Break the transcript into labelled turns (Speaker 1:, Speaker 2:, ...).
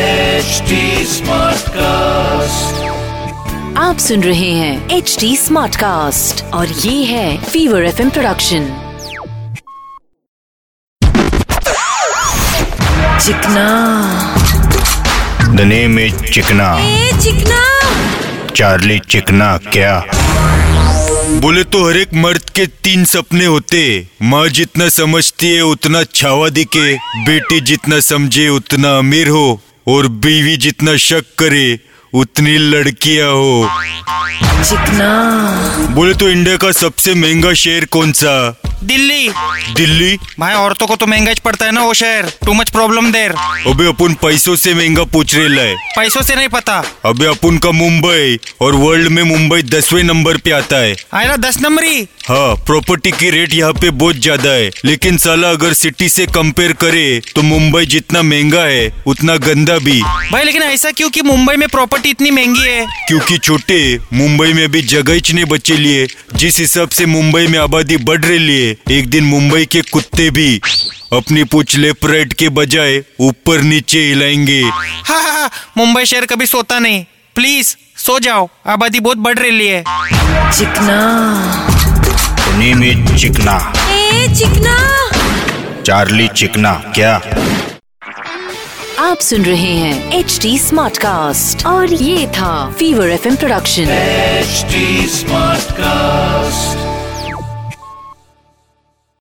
Speaker 1: HD Smartcast.
Speaker 2: आप सुन रहे हैं एच डी स्मार्ट कास्ट और ये है फीवर एफ प्रोडक्शन चिकना
Speaker 3: The name is चिकना
Speaker 2: ए चिकना
Speaker 3: चार्ली चिकना क्या बोले तो हर एक मर्द के तीन सपने होते माँ जितना समझती है उतना छावा दिखे बेटी जितना समझे उतना अमीर हो और बीवी जितना शक करे उतनी लड़कियां हो
Speaker 2: चिकना
Speaker 3: बोले तो इंडिया का सबसे महंगा शहर कौन सा
Speaker 4: दिल्ली
Speaker 3: दिल्ली
Speaker 4: भाई औरतों को तो महंगा ही पड़ता है ना वो शहर टू मच प्रॉब्लम देर
Speaker 3: अबे अपन पैसों से महंगा पूछ रहे लाए
Speaker 4: पैसों से नहीं पता
Speaker 3: अबे अपन का मुंबई और वर्ल्ड में मुंबई दसवें नंबर पे आता है
Speaker 4: आए ना दस नंबरी
Speaker 3: हाँ प्रॉपर्टी की रेट यहाँ पे बहुत ज्यादा है लेकिन साला अगर सिटी से कंपेयर करे तो मुंबई जितना महंगा है उतना गंदा भी
Speaker 4: भाई लेकिन ऐसा क्यों कि मुंबई में प्रॉपर्टी इतनी महंगी है
Speaker 3: क्योंकि छोटे मुंबई में अभी जगह ही नहीं बचे लिए जिस हिसाब से मुंबई में आबादी बढ़ रही है एक दिन मुंबई के कुत्ते भी अपनी पूछ लेफ्ट राइट के बजाय ऊपर नीचे हिलाएंगे
Speaker 4: हाँ हाँ हाँ मुंबई शहर कभी सोता नहीं प्लीज सो जाओ आबादी बहुत बढ़ रही है
Speaker 2: चिकना
Speaker 3: नियमित चिकना
Speaker 2: ए चिकना
Speaker 3: चार्ली चिकना क्या
Speaker 2: आप सुन रहे हैं एच डी स्मार्ट कास्ट और ये था fever F production
Speaker 1: HD Smartcast.